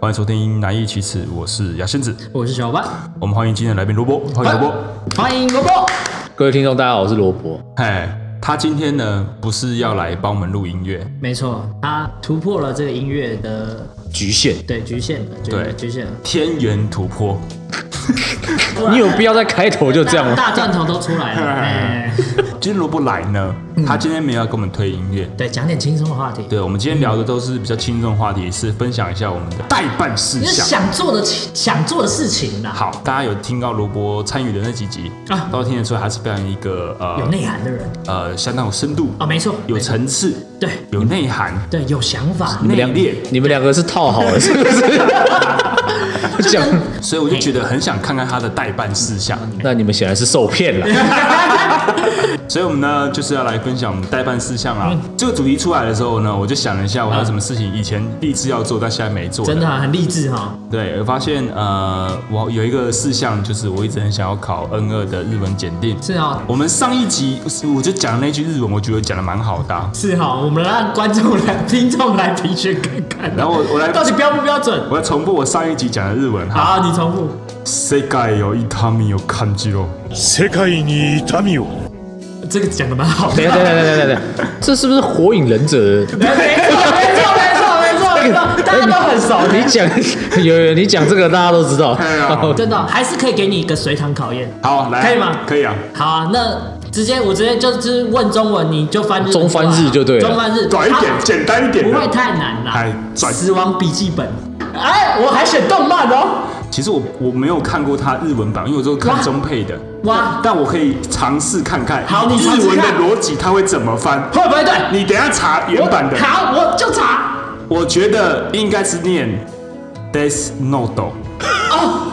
欢迎收听《难易其词》，我是牙仙子。我是小伙伴，我们欢迎今天的来宾罗伯，欢迎罗伯。欢迎萝卜。各位听众，大家好，我是罗伯。哎，他今天呢不是要来帮我们录音乐，没错，他突破了这个音乐的局限，对局限了，对局限了。天元突破。你有必要在开头就这样大吗？大钻头都出来 了，哎，今天罗伯来呢，嗯他今天没有要跟我们推音乐。对，讲点轻松的话题。对，我们今天聊的都是比较轻松的话题，是分享一下我们的代办事你是项。想做的想做的事情啦，好，大家有听到罗伯参与的那几集啊都听得出来他是非常一个有呃内涵的人呃相当有深度、啊，没错，有没错层次、对有内涵、对有想法，内两敛。你们两个是套好了，是不 是？讲，所以我就觉得很想看看他的代办事项。那你们显然是受骗了。所以我们呢就是要来分享我们代办事项啊。嗯这个主题出来的时候呢，我就想了一下，我还有什么事情以前立志要做，但现在没做。真的，啊很励志哈。对，我发现呃，我有一个事项就是我一直很想要考 N 二的日文检定。是啊，我们上一集我就讲那句日文，我觉得讲的蛮好的啊、是哈，我们让观众来、听众来评选看看。然后我我来到底标不标准？我要重复我上一集讲的日文哈。好，你重复。世界有一他米有看肌肉，世界に痛みを这个讲的蛮好等一的。下，等一下，等一下，等一下，这是不是火影忍者？没错，没错，没错，没错，没错，大家都很熟你讲， 有有，你讲这个大家都知道。哎呀真的还是可以给你一个随堂考验。好来可以吗可以啊。好啊，那直接我直接就是问中文，你就翻日文中翻日就对了中翻日短一点，简单一点不的。会太难啦。哎转死亡笔记本，哎，我还选动漫哦。其实我我没有看过他日文版，因为我都看中配的。哇但我可以尝试看看。好你尝日试文的看逻辑它会怎么翻？会不会对？你等一下查原版的我，好，我就查。我觉得应该是念 Death Note。哦，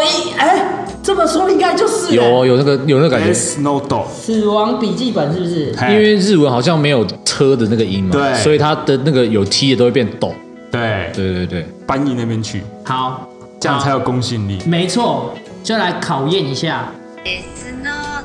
一哎，这么说应该就是有哦有那个有那个感觉， Death Note，死亡笔记本是不是？嘿因为日文好像没有车的那个音嘛，对所以它的那个有 T 的都会变抖。对对对对，翻译那边去，好，这样才有公信力。没错，就来考验一下。 It's not.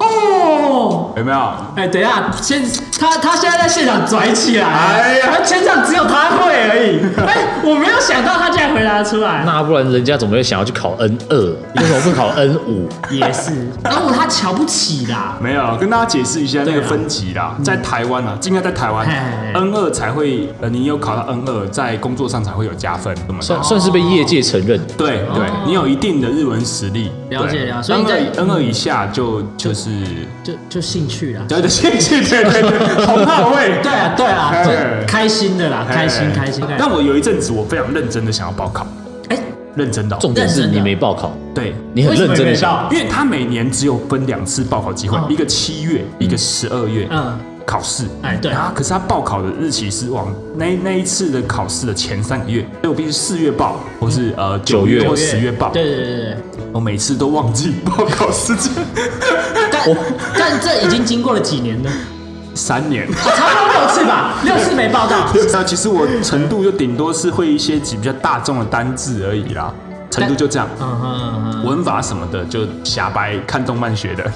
哦，有没有？哎，等一下，现他他现在在现场拽起来，啊哎呀他全场只有他会而已。哎，我没有想到他竟然回答出来，那不然人家怎么会想要去考 N 二？为什么不考 N 五？也是， 然后他瞧不起啦。没有，跟大家解释一下那对啊个分级啦，在台湾啊，应该在台湾嘿嘿嘿，N 二才会，呃，你有考到 N 二，在工作上才会有加分，怎么算算是被业界承认。对对，你有一定的日文实力，了解对了解所以你 N 在二 N 二以下就就是就就兴趣啦，对对，谢谢对对对，红号位对啊对啊，哎就开心的啦，开心开心。但我有一阵子我非常认真的想要报考，哎，认真的哦重点是认真的你没报考，对，你很认真的想。因为他每年只有分两次报考机会哦，一个七月，一个十二月嗯，考试。哎对然后可是他报考的日期是往那那一次的考试的前三个月，所以我必须四月报，或是呃九月九或月十月报。对对对对。我每次都忘记报考时间，但但这已经经过了几年了，啊三年。差不多六次吧，六次没报到。 那其实我程度就顶多是会一些几比较大众的单字而已啦，程度就这样。 嗯哼嗯哼，文法什么的就瞎掰，看动漫学的。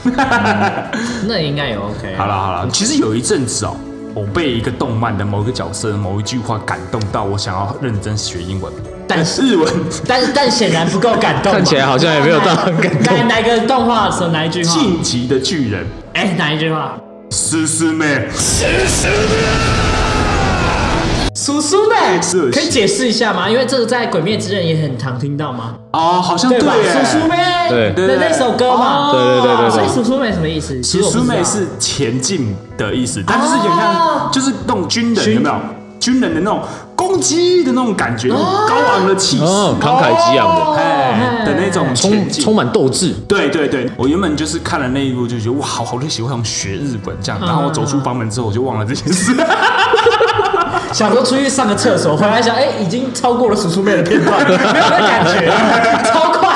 那应该也 OK。啊好了好了，其实有一阵子哦，我被一个动漫的某一个角色某一句话感动到，我想要认真学英文，但是日文但但显然不够感动嘛，看起来好像也没有到很感来动。哪个动画是哪一句《话？晋级的巨人》哎、哪一句话？思思妹，叔叔呢是？哎可以解释一下吗？因为这个在《鬼灭之刃》也很常听到嘛，哦，好像吧？耶叔叔妹，对对对那首歌嘛，对对对对所以对，叔叔妹什么意思？其实思我不思知道妹是前进的意思，但就是有点哦像就是那种军人军有没有？军人的那种攻击的那种感觉，那种高昂的气势，哦，慷慨激昂的，哦哎的那种前充进充。满斗志。对对对，我原本就是看了那一部就觉得哇，好好热血，我想学日本这样。嗯然后我走出房门之后，我就忘了这件 事。想说出去上个厕所，回来想，哎、已经超过了叔叔妹的片 段，没有那感觉，超快。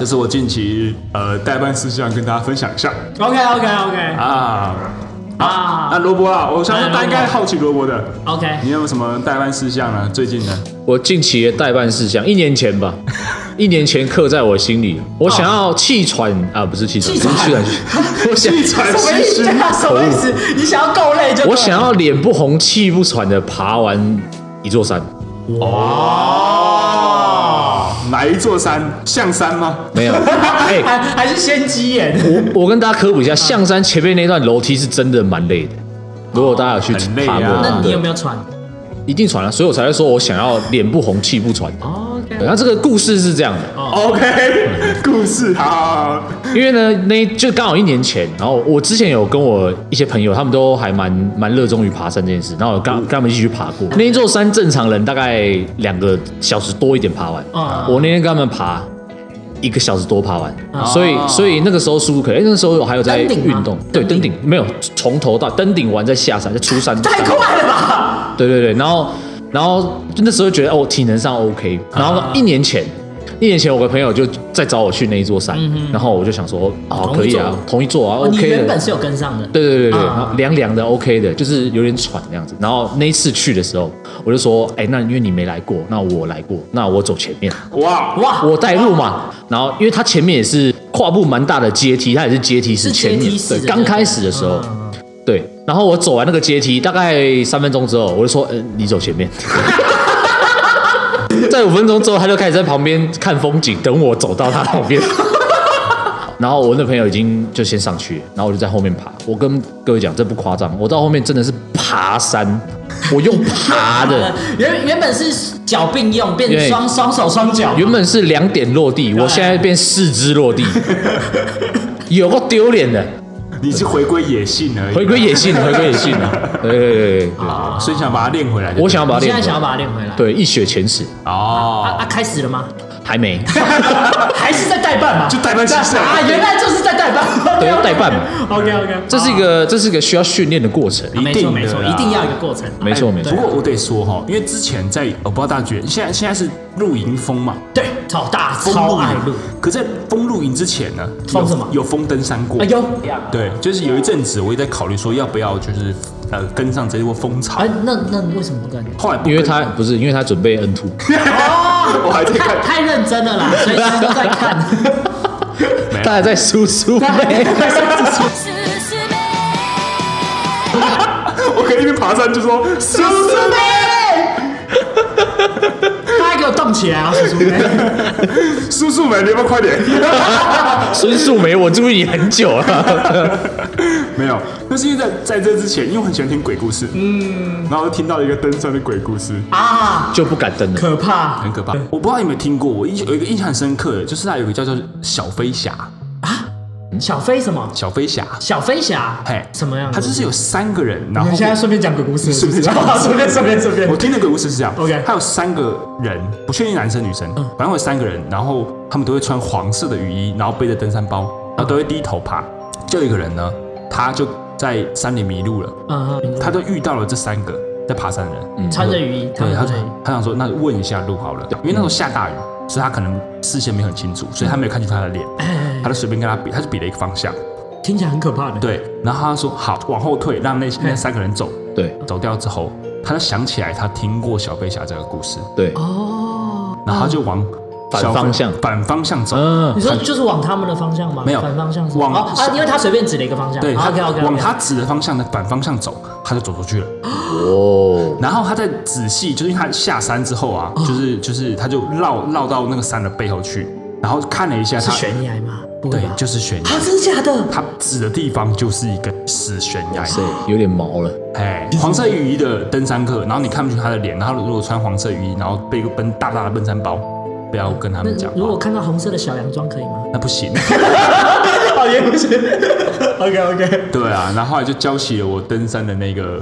这是我近期呃代办事项，跟大家分享一 下 OK OK OK 啊。那啊罗伯啊，我相信哎大家应该好奇罗伯的， ，OK，你有没有什么代办事项呢？最近呢？我近期的代办事项，一年前吧，一年前刻在我心里。我想要气喘啊，不是气喘，气不喘是气喘， 我想气喘 什么吁意思吁，啊？什么意哦思？你想要够累就对了我想要脸不红气不喘的爬完一座山。哪一座山？象山吗？没有， 哎、还还是先鸡眼，我我跟大家科普一下，象山前面那段楼梯是真的蛮累的。如果大家有去很累啊爬过，那你对有没有喘？一定传了，所以我才会说我想要脸不红气不喘。哦，OK，那这个故事是这样的， OK，故 事好好，好 因为呢，那就刚好一年前，然后我之前有跟我一些朋友，他们都还蛮蛮热衷于爬山这件事，然后我刚跟他们一起去爬过那一座山，正常人大概两个小时多一点爬完，啊我那天跟他们爬一个小时多爬完，所以所以那个时候舒服可能，因为那时候我还有在登顶运吗动，对，登顶没有从头到登顶完再下山，再出山，太快了吧！对对对，然后然后那时候觉得哦，体能上 OK，然啊后一年前。一年前，我个朋友就再找我去那一座山，然后我就想说，哦，嗯同一可以座啊，同一座啊哦，你，OK 原本的，是有跟上的，对对对对，啊然后凉凉的，OK 的，就是有点喘那样子。然后那一次去的时候，我就说，哎，那因为你没来过，那我来过，那我走前面，哇，哇，我带路嘛。然后因为它前面也是跨步蛮大的阶梯，它也是阶梯式是前阶面梯，式对，的刚开始的时候，嗯对。然后我走完那个阶梯，大概三分钟之后，我就说，嗯、你走 前面。在五分钟之后，他就开始在旁边看风景，等我走到他旁 边。然后我那朋友已经就先上去了，然后我就在后面爬。我跟各位讲，这不夸张，我到后面真的是爬山，我用爬的。原原本是脚并用，变对成双双手双脚，原本是两点落地，我现在变四肢 落地，有个丢脸的，你是回归野性而已，回归 野性，回归野性啊！对对对对啊所以想把它练回来就对了。我想要把它你现在练想要回来，把它练回来，对一雪前耻，啊哦，啊，开始了吗？还没，还是在代办嘛？就代办形式啊，原来就是在代办，对要 代办嘛 OK OK，这是一个这是一个需要训练的过程，一啊没定的错没错，啦哎一定要有一个过程。没错没错不。过我得说哈，因为之前在我不知道大家觉得，现在现在是露营风嘛，对，超大风超露爱路营，可在风露营之前呢，风有什么有风登山过哎，呦，对，就是有一阵子我也在考虑说要不要就是呃跟上这波风潮哎，，那那为什么不 跟？后来不因为跟他不是，因为他准备 N two，我还在哦太看，太认真了啦，随时都在看。他还在 输输妹，我可以一边爬山就 说叔叔大家给我动起来啊，叔 叔！叔叔们，你要不要快点？孙素梅，我注意你很久 了。没有，那是因为在在这之前，因为我很喜欢听鬼故事，嗯，然后听到一个登山的鬼故事，啊，就不敢登了。可怕很可怕。我不知道你有没有听过，我印有一个印象很深刻的，就是它有一个叫做小飞侠，小飞什么？小飞侠，小飞侠，嘿，什么样子？它就是有三个人，然后你现在顺便讲个故事， 顺便讲好顺便顺便顺便 我。听的鬼故事是这样 OK 嗯他有三个人，不确定男生女生，反正有三个人，然后他们都会穿黄色的雨衣，然后背着登山包，嗯然后都会低头爬。就有一个人呢，他就在山里迷路了，嗯嗯，他就遇到了这三个在爬山的人，嗯，穿着雨衣，对，他穿着说雨衣。他想说那问一下路好了，因为那时候下大雨，所以他可能视线没有很清嗯楚，所以他没有看清楚他的脸，哎他就随便跟他比，他就比了一个方向，听起来很可怕的。，对，然后他说好，往后退，让那那三个人走，嗯对走掉之后，他就想起来他听过小飞侠这个故事，嗯对，哦，然后他就往反小飞方向反方向走，嗯你，说就是往他们的方向吗？没有反方向是往哦啊，因为他随便指了一个方向。啊对，他 OK OK，往他指的方向的反方向走，他就走出去了。嗯哦，然后他再仔细，就是因为他下山之后啊，嗯就是就是他就绕绕到那个山的背后去，然后看了一下是他，悬崖吗？不会对吧，就是悬崖啊，，真的假的？他指的地方就是一个死悬崖。对，有点毛了。哎，黄色雨衣的登山客，然后你看不清他的脸，然后如果穿黄色雨衣，然后背一个奔大大的登山包，不要跟他们讲那如话果，看到红色的小洋装可以吗？那不行。 哦，也不是。OK OK，对啊，然后后来就教起了我登山的那个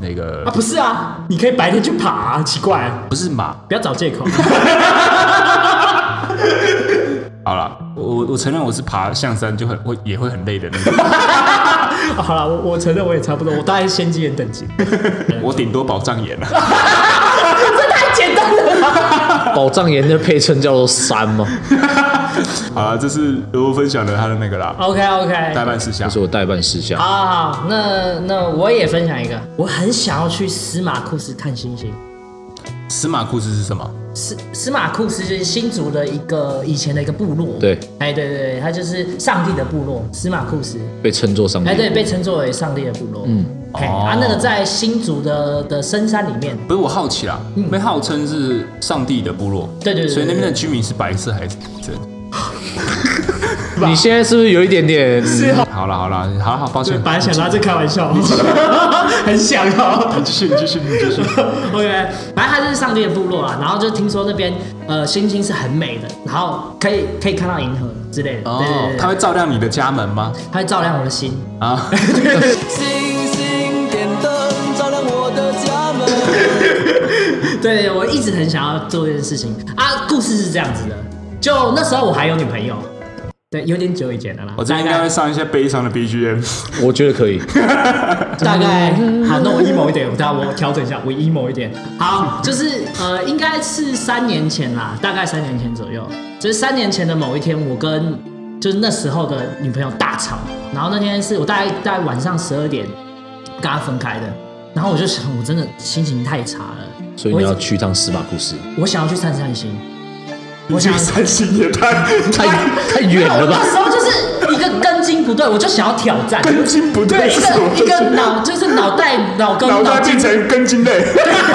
那个啊，不是啊，你可以白天去爬啊，奇怪啊，不是马。不要找借口。 好了，我我我承认我是爬象山就很会也会很累的那 种，好了，我我承认我也差不多，我大概是先机人等级，我顶多保障眼啊了。太 简单了。宝藏岩的配称叫做山吗？好了，这是我分享的他的那个啦， OK OK，代办事项这。是我代办事项。啊，好那那我也分享一个，我很想要去司马库斯看星星。司马库斯是什么？司司马库斯就是新竹的一个以前的一个部落，对，哎对对对，它就是上帝的部落，司马库斯，哎被称作上帝哎。对，被称作为上帝的部落，嗯，嘿，啊，那个在新竹的的深山里面，不是我好奇啦，被号称是上帝的部落，嗯对对对对所以那边的居民是白色还是色？你现在是不是有一点点？好啦好啦，好好抱歉，本来想拿这开玩笑， 很想哦。继续你继续你继续。 OK，反正它就是上帝的部落啊，然后就听说那边呃星星是很美的，然后可以可以看到银河之类的，对对哦对，它对，会照亮你的家门吗？它会照亮我的心。 啊，星星点灯，照亮我的家门。对，我一直很想要做这件事情啊。故事是这样子的，就那时候我还有女朋友，对，有点久以前的啦。我这边应该会上一些悲伤的 BGM。我觉得 可以。大概好，那我 emo 一点，我大我调整一下，我 emo 一点。好，就是呃，应该是三年前啦，大概三年前左右，就是三年前的某一天，我跟就是那时候的女朋友大吵，然后那天是我大概大概晚上十二点跟她分开的，然后我就想，我真的心情太差了，所以我你一要直去一趟司马库斯，我想要去散散心，你这个三星也太太太远了那 吧？时候就是一个根筋不对，我就想要挑战。根筋不对，对，一是我个一个脑就是脑袋脑跟脑袋筋变成根筋类。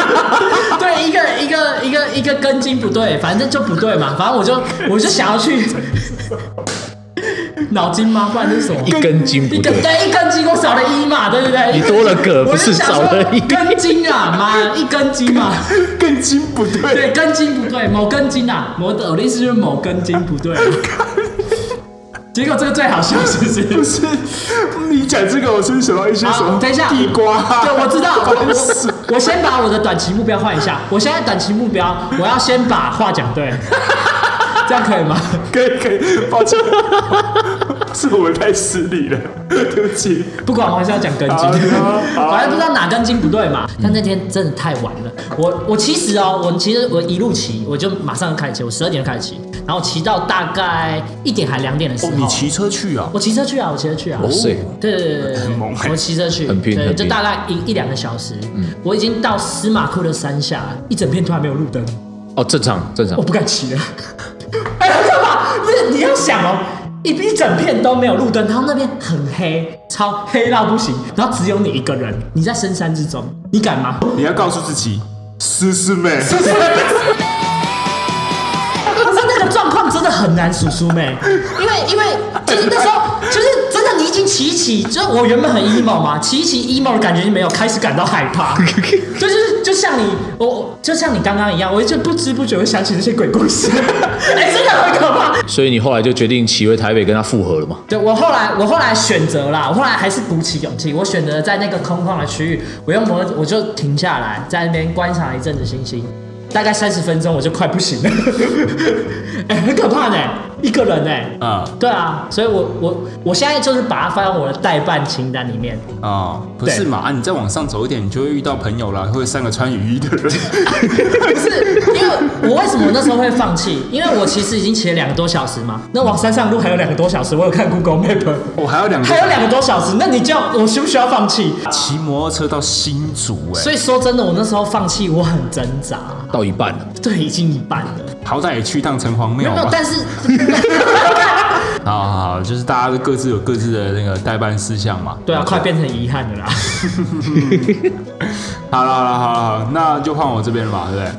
对，一个一个一个一个根筋不对，反正就不对嘛。反正我就我就想 要去脑筋吗？不然是什么一？根筋不一根对，对一根筋，我少了一嘛，对不对？你多了个我不是就想少了一说 根筋啊，妈，一根筋嘛， 根筋不对，对，根筋不对，某根筋啊，某的我的意思就是某根筋不对。啊结果这个最好笑是不是？不是你讲这个，我是想到一些什好，么？等一下，地瓜。 对，我知道，我不是我我先把我的短期目标换一下。我现在短期目标，我要先把话讲 对，这样可以吗？可以可以，抱歉， 是我们太失礼了， 对不起。不管，我还是要讲根好筋好，好嗯反正不知道哪根筋不对嘛。但那天真的太晚了，我我其实哦，我其实我一路骑，我就马上开始骑，我十二点就开始骑，然后骑到大概一点还两点的时候，哦车去啊？我骑车去啊，我骑车去啊，哇塞，对对对对对，猛欸我骑车去，很嗯拼对，很就拼大概一一两个小时。我已经到司马库的山下，一整片突然没有路灯，哦，正常正常我，不敢骑了。 哎，很可怕！不是，你要想哦，一一整片都没有路灯，然后那边很黑，超黑到不行，然后只有你一个人，你在深山之中，你敢吗？你要告诉自己，思思妹，可是那个状况真的很难数数妹，因为因为就是那时候就是真的你已经骑一骑，就是我原本很 emo 嘛，骑一骑 emo 的感觉就没有，开始感到害 怕，就就是就像你我就像你刚刚一样，我就不知不觉会想起那些鬼故 事，哎、真的很可怕。所以你后来就决定骑回台北跟他复合了嘛？对我后来，我后来选择啦，我后来还是鼓起勇气，我选择在那个空旷的区域，我用摩托我就停下来，在那边观察一阵子星星，大概三十分钟，我就快不行了， 哎、很可怕呢、一个人呢、啊对啊，所以我我我现在就是把它放在我的代办清单里面，啊，不是嘛？啊，你再往上走一点，你就会遇到朋友啦，会有三个穿雨衣的 人。不是因为我为什么那时候会放弃？因为我其实已经骑了两个多小时嘛，那往山上路还有两个多小时，我有看 Google Map，我哦还有两个还有两个多小时，那你叫我需不需要放弃？骑摩托车到新竹，哎，所以说真的，我那时候放弃，我很挣扎。到一半了，对，已经一半了，好歹也去一趟城隍没庙有没有吧。，但是 好好好，就是大家各自有各自的那个代办事项嘛。对啊，快变成遗憾了啦。 好了好了好了好了，那就换我这边了嘛，对不对？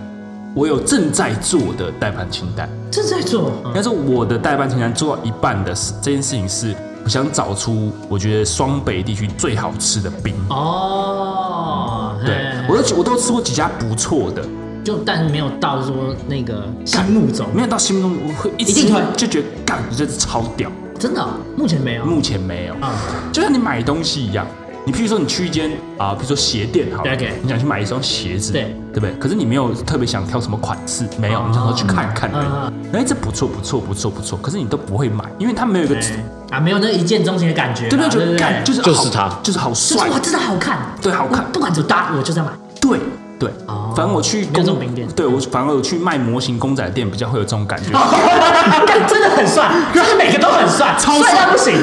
我有正在做的代办清单，正在做，但是我的代办清单做到一半的事，这件事情是我想找出我觉得双北地区最好吃的冰。嗯哦，对，我都我都吃过几家不错的，就但是没有到说那个心目中，没有到心目中我会一一定吃会就觉得干，这是超屌。真的哦、目前没有。目前没有，嗯就像你买东西一样，你譬如说你去一间啊，比如说鞋店好了，对，OK 你想去买一双鞋子，对对不对？可是你没有特别想挑什么款式，没有，哦你想说去看看而嗯已。哎，这不错不错不错不错，可是你都不会买，因为它没有一个，对对啊，没有那一见钟情的感觉不嘛，对？对就不对干？就是就是好它就是好就是帅，哇，真的好看，对好看我不管怎么搭，我就 在买。对对哦。反正我去没有公这种名店对我反而我去卖模型公仔店比较会有这种感觉。干真的很帅，就是每个都很帅，超帅帅到 不行。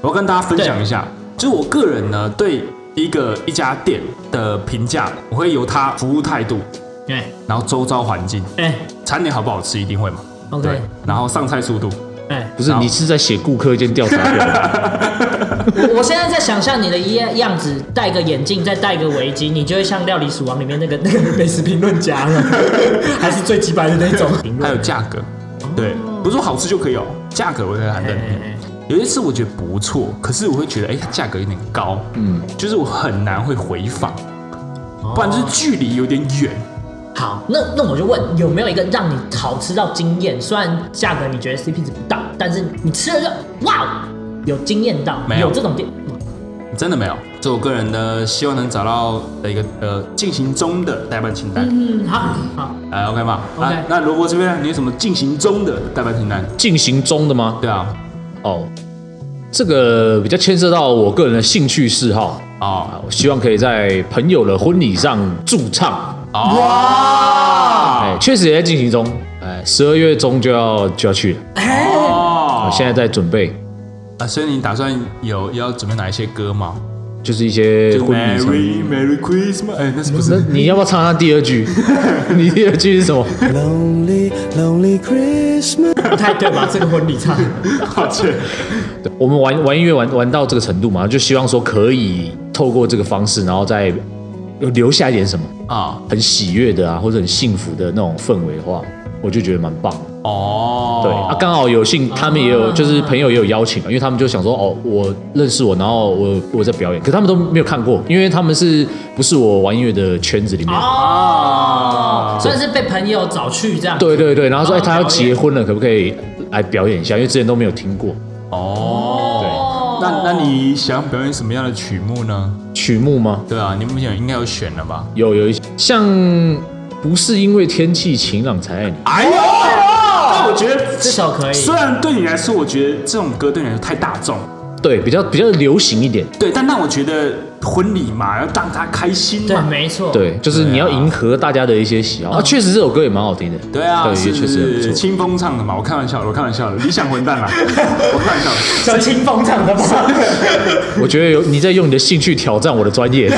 我要跟大家分享一下，就是我个人呢对一个一家店的评价，我会由它服务态度，对，然后周遭环境，哎餐点好不好吃一定会嘛 OK 对，然后上菜速度，哎，不是好你是在写顾客一件调查 表吗，我我现在在想象你的样样子，戴个眼镜，再戴个围巾，你就会像《料理鼠王》里面那个那个美食评论家 了，还是最鸡白的 那种评还有论。价格，对，不是说好吃就可以哦，价格我在很认定哦哎哎哎。有一次我觉得不错，可是我会觉得，哎、它价格有点高，嗯，就是我很难会回访，哦不然就是距离有点远。好，那那我就问，有没有一个让你好吃到惊艳？虽然价格你觉得 CP 值不到，但是你吃了就哇，有惊艳到，没有这种店。真的没有，这我个人呢，希望能找到的一个呃进行中的代办清单，嗯，好好，来 OK 吗 OK 啊那萝卜这边呢你有什么进行中的代办清单？进行中的吗？对啊，哦，这个比较牵涉到我个人的兴趣嗜好啊，哦我希望可以在朋友的婚礼上驻唱。啊哎，哦确实也在进行中，哎，十二月中就要就要去了，哦哎我现在在准备，啊，所以你打算有要准备哪一些歌吗？就是一些就婚礼上。 Merry Merry Christmas，哎，那是不 那是？你要不要唱他第二句？你第二句是什么？ Lonely Lonely Christmas。不太对吧？这个婚礼唱，抱歉，对我们玩玩音乐玩玩到这个程度嘛，就希望说可以透过这个方式，然后再留下一点什么啊，很喜悦的啊，或者很幸福的那种氛围的话，我就觉得蛮棒的。哦，对、啊，刚好有幸他们也有，啊就是朋友也有邀请嘛，因为他们就想说，哦，我认识我，然后我我在表演，可他们都没有看过，因为他们是不是我玩音乐的圈子里面？啊哦，算是被朋友找去这样。对对对，然后说，哦哎、他要表演结婚了，可不可以来表演一下？因为之前都没有听过哦，那那你想表演什么样的曲目呢？曲目吗？对啊，你目前应该有选了吧？有有一些像不是因为天气晴朗才爱你，哎呦，但我觉得这首可以虽然对你来说，我觉得这种歌对你来说太大众，对，比较比较流行一点，对，但那我觉得婚礼嘛，要让他开心对，嘛。没错，对，就是你要对啊迎合大家的一些喜好啊。确实这首歌也蛮好听的，对啊，对，也是确是实很不是错。清风唱的嘛，我开玩笑的，我开玩笑的，理想混蛋啦，我开玩笑的。小清风唱的吧？我觉得有你在用你的兴趣挑战我的专 业。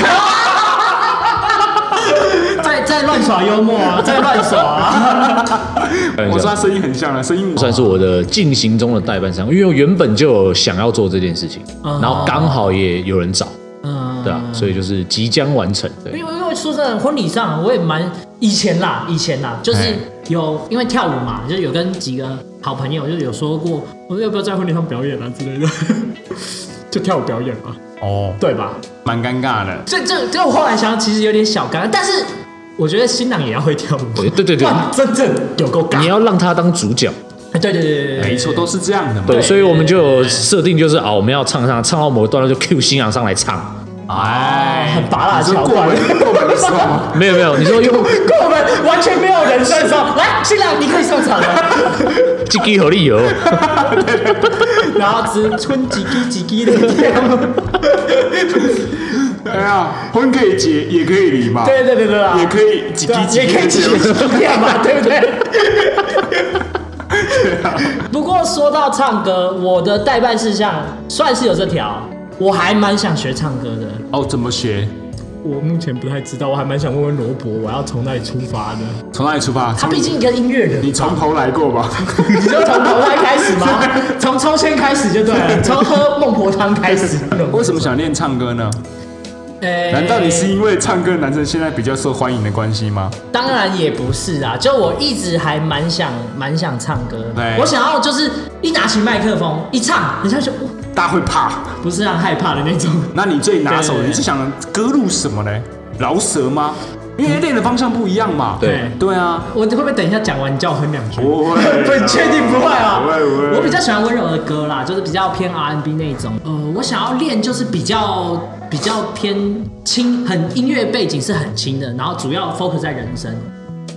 在在乱耍幽默啊，在乱 耍啊。 我说他声音很像啊，声音算是我的进行中的代办商，因为我原本就有想要做这件事情，哦然后刚好也有人找，嗯，啊对啊，所以就是即将完成。对因，为因为说真的，婚礼上我也蛮以前啦，以前啦，就是哎有因为跳舞嘛，就是有跟几个好朋友就是有说过，我说要不要在婚礼上表演啊之类的， 就跳舞表演嘛，哦，对吧？蛮尴尬的。这这这我后来想想，其实有点小尴尬，但是我觉得新郎也要会跳舞，对对对对哇真正有够尬。哎你要让他当主角，对对对对对，没错，都是这样的嘛。对，所以我们就有设定就是啊，我们要唱唱唱到某一段落就 Q 新郎上来唱，哎，很拔辣你说的桥过段门。过门的时候 吗，没有没有，你说用跟我们完全没有人在上，来，新郎你可以上场啊了。这个合理油，然后只春几滴几滴的跳舞，哎呀，婚可以结，也可以离嘛，对对对对啊，也可以几对啊滴几也可以几滴滴几滴跳嘛，对不对？ 不过说到唱歌，我的代办事项算是有这条，我还蛮想学唱歌的。哦，怎么学？我目前不太知道，我还蛮想问问罗伯，我要从哪里出发的？从哪里出发？他毕竟一个音乐人，你从头来过 吧？你就从头来开始吗？ 从抽签开始就对了，从喝孟婆汤开始。 为什么想练唱歌呢？呃难道你是因为唱歌的男生现在比较受欢迎的关系吗？当然也不是啊，就我一直还蛮想蛮想唱歌对，我想要就是一拿起麦克风一唱，人家就哇大家会怕。不是让害怕的那种。 那你最拿手，对对对你是想歌路什么呢？饶舌吗？因为练的方向不一样嘛。对对啊，我会不会等一下讲完你叫我哼两句？不会不，确定不会啊。不会不会我比较喜欢温柔的歌啦，就是比较偏 R&B 那种。呃，我想要练就是比较比较偏轻，很音乐背景是很轻的，然后主要 focus 在人声，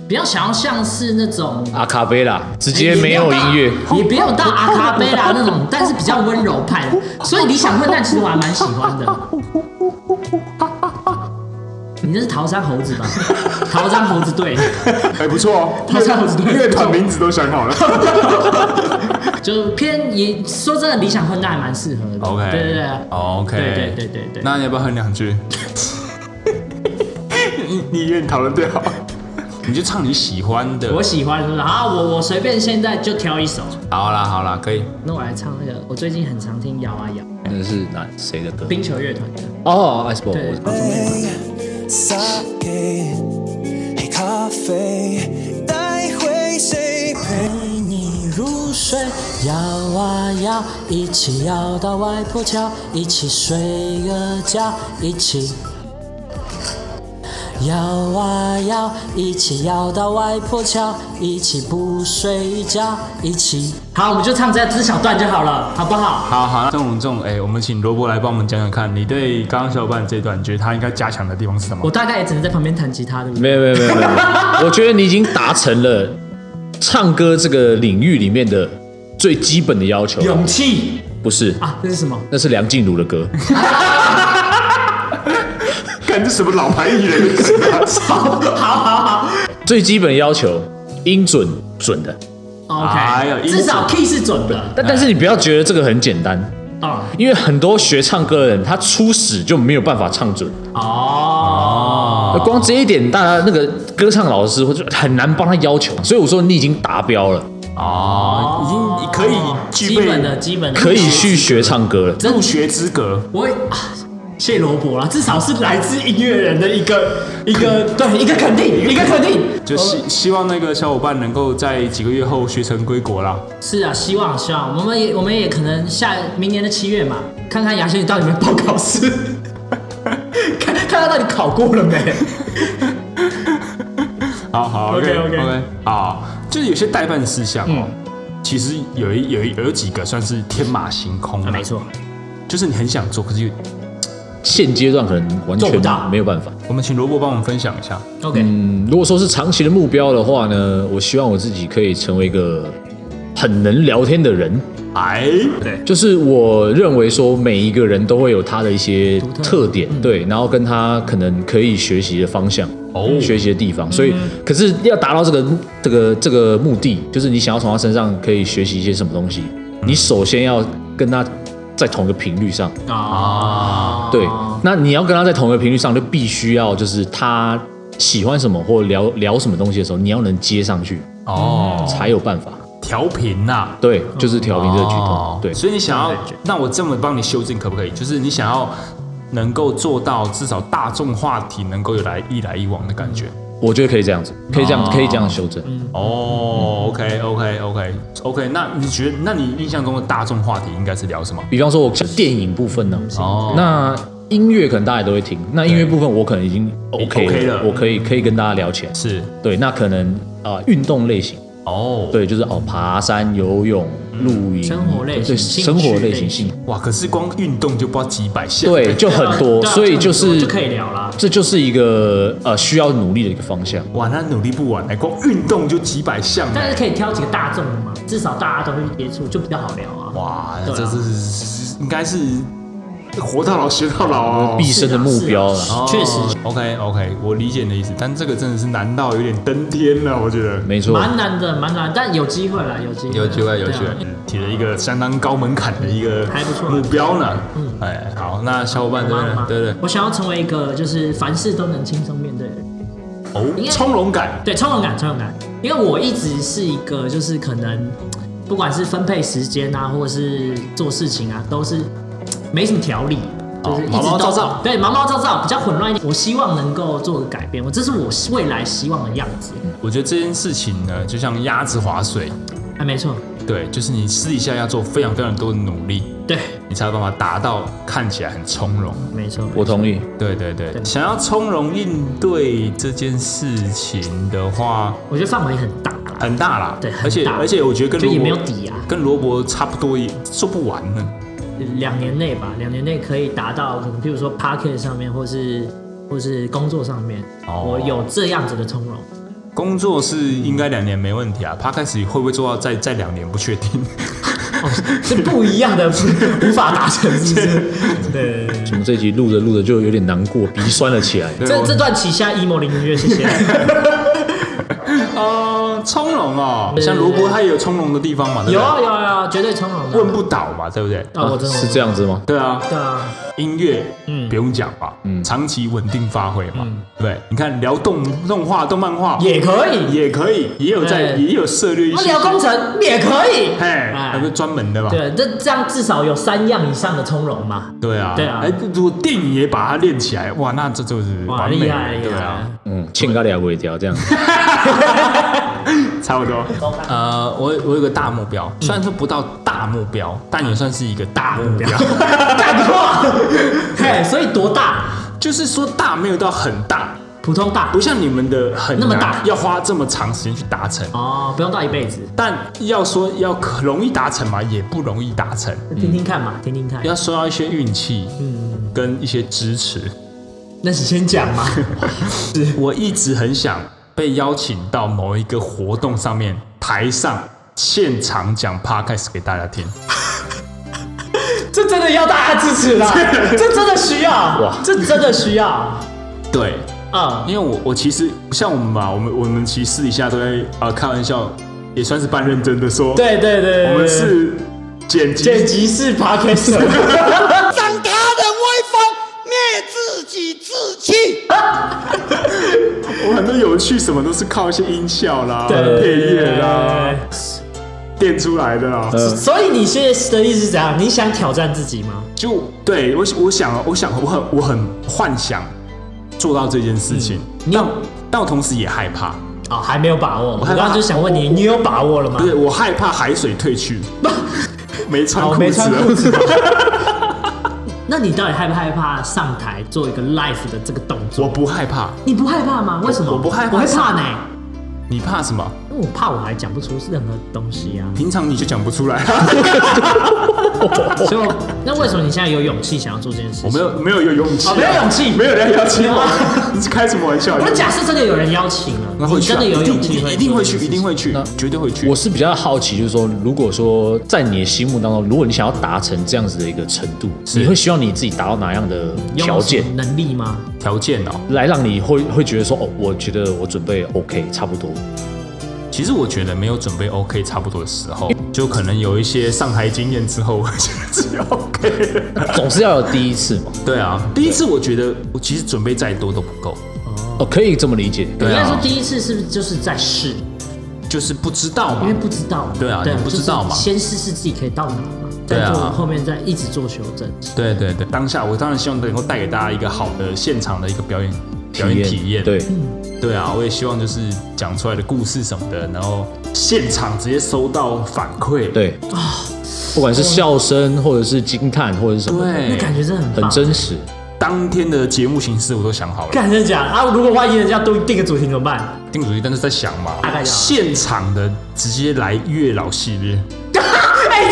比较想要像是那种。 阿卡贝拉直接没有音乐， 也没有到阿卡贝拉那种，但是比较温柔派的，所以理想混蛋其实我还蛮喜欢的。你那是桃山猴 子吧？桃山猴子队，还不错哦。他唱得对乐团名字都想好了。就是偏也说真的，理想混蛋还蛮适合的。 OK，对对对。哦，OK，对对对对对 那你要不要哼两句？你你研讨论最好。你就唱你喜欢的。我喜欢是不是？好，我我随便现在就挑一首，好啦好啦，可以。那我来唱那个，我最近很常听摇啊摇，那是哪谁的歌？冰球乐团的。哦，Ice Ball，对我知道给黑咖啡，带回谁陪你入睡？摇啊摇，一起摇到外婆桥，一起睡个觉，一起。摇啊摇，一起摇到外婆桥，一起不睡觉，一起。好，我们就唱这这小段就好了，好不好？好好，那这种这种，哎、我们请罗伯来帮我们讲讲看，你对刚刚小伙伴这段，你觉得他应该加强的地方是什么我？大概也只能在旁边弹吉他，对不对？没有没有没有没有，我觉得你已经达成了唱歌这个领域里面的最基本的要求了。勇气不是，啊，这是什么？那是梁静茹的歌。干这什么老牌艺人的歌啊哦最基本的要求，音准准的。哦 OK，、哎呦至因少 key 是准的但但是你不要觉得这个很简单，啊。因为很多学唱歌的人，他初始就没有办法唱准。哦，光这一点，大家那个歌唱老师或者很难帮他要求。所以我说你已经达标了， 哦，已经可以具基备本的基本的可以去学唱歌了。入学资格。我也啊，谢罗伯啦，至少是来自音乐人的一个一个对一个肯定，一个肯定。就希希望那个小伙伴能够在几个月后学成归国啦。是啊，希望希望我们也我们也可能下明年的七月嘛，看看牙仙你到底有没有报考试， 看看他到底考过了没。好好 OK，OK OK，好，就是有些代办事项哦，其实有一有一有几个算是天马行空的，啊，没，错，就是你很想做，可是有现阶段可能完做不全到没有办法。我们请罗伯帮我们分享一下。 OK，、嗯，如果说是长期的目标的话呢，我希望我自己可以成为一个很能聊天的人。哎，就是我认为说每一个人都会有他的一些特点，嗯对，然后跟他可能可以学习的方向，哦学习的地方。嗯所以，可是要达到这个这个这个目的，就是你想要从他身上可以学习一些什么东西，嗯你首先要跟他在同一个频率上，啊，对。哦那你要跟他在同一个频率上，就必须要就是他喜欢什么或聊聊什么东西的时候，你要能接上去，哦，才有办法。调频呐、对，就是调频这个举哦动，对。所以你想要这种感觉，那我这么帮你修正可不可以？就是你想要能够做到至少大众话题能够有来一来一往的感觉。我觉得可以这样子，可以这样，哦可以这样修正。哦，OK OK OK OK，那你觉得，那你印象中的大众话题应该是聊什么？比方说，我像电影部分呢，哦那音乐可能大家也都会听，那音乐部分我可能已经 OK 了， OK 了我可以可以跟大家聊起来。是对，那可能啊、呃运动类型，哦，，对，就是哦，爬山、游泳、嗯露营，生活类型对，兴趣生活类类型型性，哇，可是光运动就不知道几百项，哎对，，就很多，对啊所以这就样是子就可以聊啦这就是一个呃需要努力的一个方向。哦哇，那努力不完哎，光运动就几百项但哎，是可以挑几个大众的嘛，至少大家都会去接触，就比较好聊啊。哇，对这啊这是应该是活到老学到老哦，毕生的目标了，是啊哦确实，OK OK，我理解你的意思，但这个真的是难到有点登天了，我觉得。没错，蛮难的，蛮难，但有机会啦，有机会，有机会，有机会对啊，提了一个相当高门槛的一个还不错目标呢。嗯哎，好，那小伙伴这妈边妈呢，对对，啊我想要成为一个就是凡事都能轻松面对的人，应哦，该从容感，对，从容感，从容感。因为我一直是一个就是可能，不管是分配时间啊，或者是做事情啊，都是没什么条理，就是一直哦毛毛都躁躁对，毛毛躁躁，比较混乱一点。我希望能够做个改变，我这是我未来希望的样子。我觉得这件事情呢，就像鸭子划水，哎，没错，对，就是你私底下要做非常非常多的努力，对，你才有办法达到看起来很从容。没错，我同意。对对对，对想要从容应对这件事情的话，我觉得范围很大啦，很大啦，对很大而且而且我觉得跟就罗也没有伯底啊。跟罗伯差不多，也做不完呢。两年内吧，两年内可以达到，可能譬如说 p a r k e t 上面，或是或是工作上面，哦我有这样子的从容。工作是应该两年没问题啊 p 开始会不会做到再再两年不确定。 哦，是不一样的， 无法达成，是不是？对，我们这集录着录 着就有点难过，鼻酸了起来。对这我 这段旗下 emo 零音乐，谢谢。哦，葱茏哦，像萝卜它也有葱茏的地方嘛，对有不啊对？有啊有啊，绝对从容的。问不倒嘛，对不对？啊，我真的是这样子吗？对啊，的啊，音乐，嗯不用讲吧，嗯长期稳定发挥嘛，嗯对不对？你看聊动动画、动漫画也可以。也可以，也有在对也有涉猎一我些聊，工程也可以。嘿，哎有个专门的吧？对，这这样至少有三样以上的从容嘛。对啊，对啊哎，如果电影也把它练起来，哇，那这就是哇，完美厉了害厉对害啊，！嗯，欠个俩尾条这样。差不多。呃，我我有个大目嗯标，虽然说不到大目标，但也算是一个大目标。 干话，嘿，所以多大？ 就是说大没有到很大，普通大不像你们的很那么难大要花这么长时间去达成。哦，不用到一辈子，但要说要可容易达成嘛，也不容易达成，听听看嘛，听听看。要说到一些运气嗯，跟一些支持。那你先讲嘛。我一直很想被邀请到某一个活动上面，台上现场讲 podcast 给大家听。这真的要大家支持啦，这真的需要，哇，这真的需要对，啊、因为我我其实像我们嘛，我们我们其实私底下都在呃开玩笑，也算是半认真的说，，对对对对，我们是剪辑剪辑是 p o d c a s 长他的威风，灭自己志气。我很多有趣什么都是靠一些音效啦、对配乐啦、垫出来的啦。所以你现在的意思是怎样？你想挑战自己吗？就对我，我想，我想，我很，我很幻想做到这件事情，嗯但但我同时也害怕，哦，还没有把握。我害刚怕刚就想问你，我你有把握了吗不？是，我害怕海水退去， 没穿哦裤没子穿了裤子。那你到底害不害怕上台做一个 live 的这个动 我作？不害怕，你不害怕吗？为什么？我不害怕我会怕上呢，你怕什么？因为我怕我还讲不出任何东西啊。平常你就讲不出 来，所以我， 那为什么你现在有勇气想要做这件事我情？没有没有有勇气啊、哦没有勇气没有人邀请没我，你 是开什么玩笑？我假设真的有人邀请那了，会你去真啊、的有一勇定气一定会一定做会这去，件一定事会去那，绝对会去。我是比较好奇，就是说，如果说在你的心目当中，如果你想要达成这样子的一个程度，你会希望你自己达到哪样的情条件有，能力吗？条件哦、来让你会会觉得说，哦，我觉得我准备 OK，差不多。其实我觉得没有准备 OK 差不多的时候，就可能有一些上台经验之后，我觉得是 OK 的。总是要有第一次嘛。对啊，第一次我觉得我其实准备再多都不够，哦，可以这么理解。对应该说啊，第一次是不是就是在试？就是不知道嘛因为。不知道嘛，对啊你不就是知道嘛先试试自己可以到哪嘛，对再啊做后面再一直做修正。对对对，当下我当然希望能够带给大家一个好的现场的一个表演表演体验。对，对啊，我也希望就是讲出来的故事什么的，然后现场直接收到反馈。对不管是笑声，或者是惊叹，或者是什么，那对，感觉真的很棒很真实。当天的节目形式我都想好了。干真的假的啊？如果万一人家都定个主题怎么办？定主题，但是在想嘛大概，要现场的直接来月老系列， 哎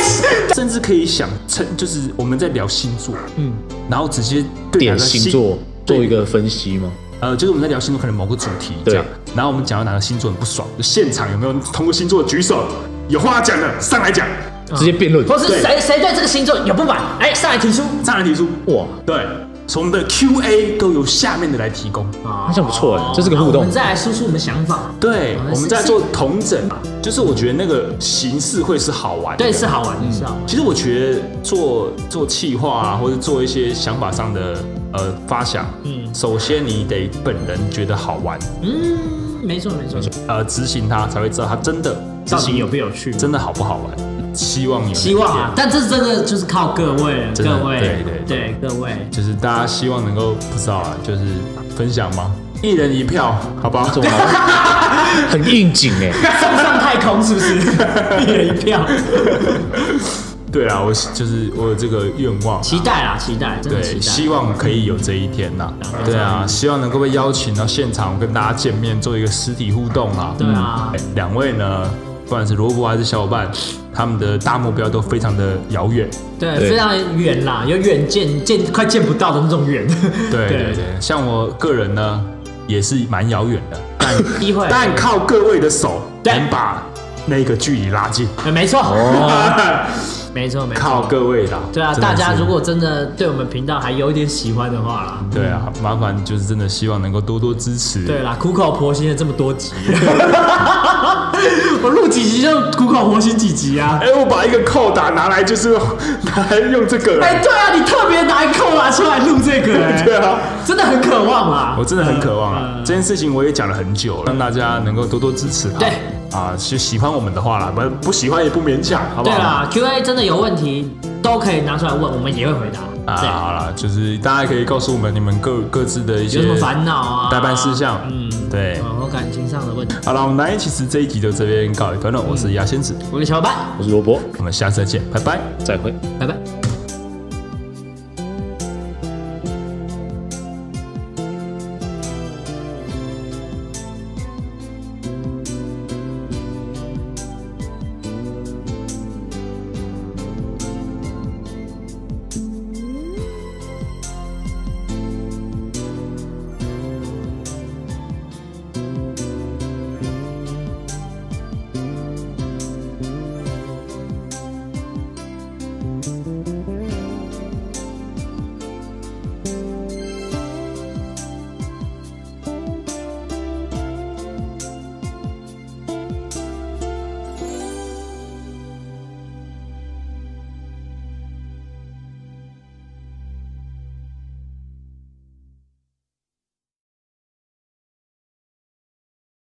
甚至可以想成就是我们在聊星座，嗯，然后直接对哪点个星座对做一个分析吗？呃，就是我们在聊星座可能某个主题这样，然后我们讲到哪个星座很不爽，就现场有没有通过星座举手，有话要讲的上来讲，直接辩论。或是对啊谁谁对这个星座有不满，哎，上来提出上来提出，哇，对，所以我们的 Q&A 都由下面的来提供，啊那这样不错欸哎这是个互动然后我们再来输出我们的想法。对啊，我是们在做同整，就是我觉得那个形式会是好玩的，对，是好玩，嗯的，是好玩的。其实我觉得做做企划啊，或者做一些想法上的呃发想，嗯嗯，首先你得本人觉得好玩，嗯，没错没错，呃，执行它才会知道它真的执到底行有没有趣？真的好不好玩。希望有希望那啊一，天但这真的就是靠各位了，真的各位，对对对对各位，就是大家希望能够不知道啊，就是分享吗？一人一票，好不 好？很应景哎。送上太空是不 是？一人一票，对啊，我就是我有这个愿望啊、期待啦，期待，真的期对，待。嗯希望可以有这一天呐、对啊，希望能够被邀请到现场跟大家见面，做一个实体互动啊。对啊嗯，哎两位呢，不管是萝卜还是小伙伴，他们的大目标都非常的遥远。对，对非常远啦，有远见见快见不到的那种远。对对对，像我个人呢，也是蛮遥远的，但机会，但靠各位的手，对能把那个距离拉近。呃没错，哦， 没错没靠错。各位啦！对啊，真的大是家如果真的对我们频道还有一点喜欢的话啦，对啊，麻烦就是真的希望能够多多支持。对啦，苦口婆心了这么 多集，我录几集就苦口婆心几集啊。哎、我把一个扣打拿来，就是 拿来用这个了。哎、对啊，你特别拿一扣拿出来录这个、哎 嗯对啊，真的很渴望啦。我真的很渴望啊！这件事情我也讲了很久了，让大家能够多多支持啊。对啊，是喜欢我们的话啦，不不喜欢也不勉强，好不对好？啦，Q&A 真的有问题都可以拿出来问，我们也会回答。啊，对，好啦，就是大家可以告诉我们你们各各自的一有些什么烦恼啊？代办事项。嗯，对。然后感情上的问题，好了，我们男人其实这一集就这边告一段落。我是牙仙子，我给小伙伴，我是罗伯，我们下次再见，拜拜。再会。拜拜。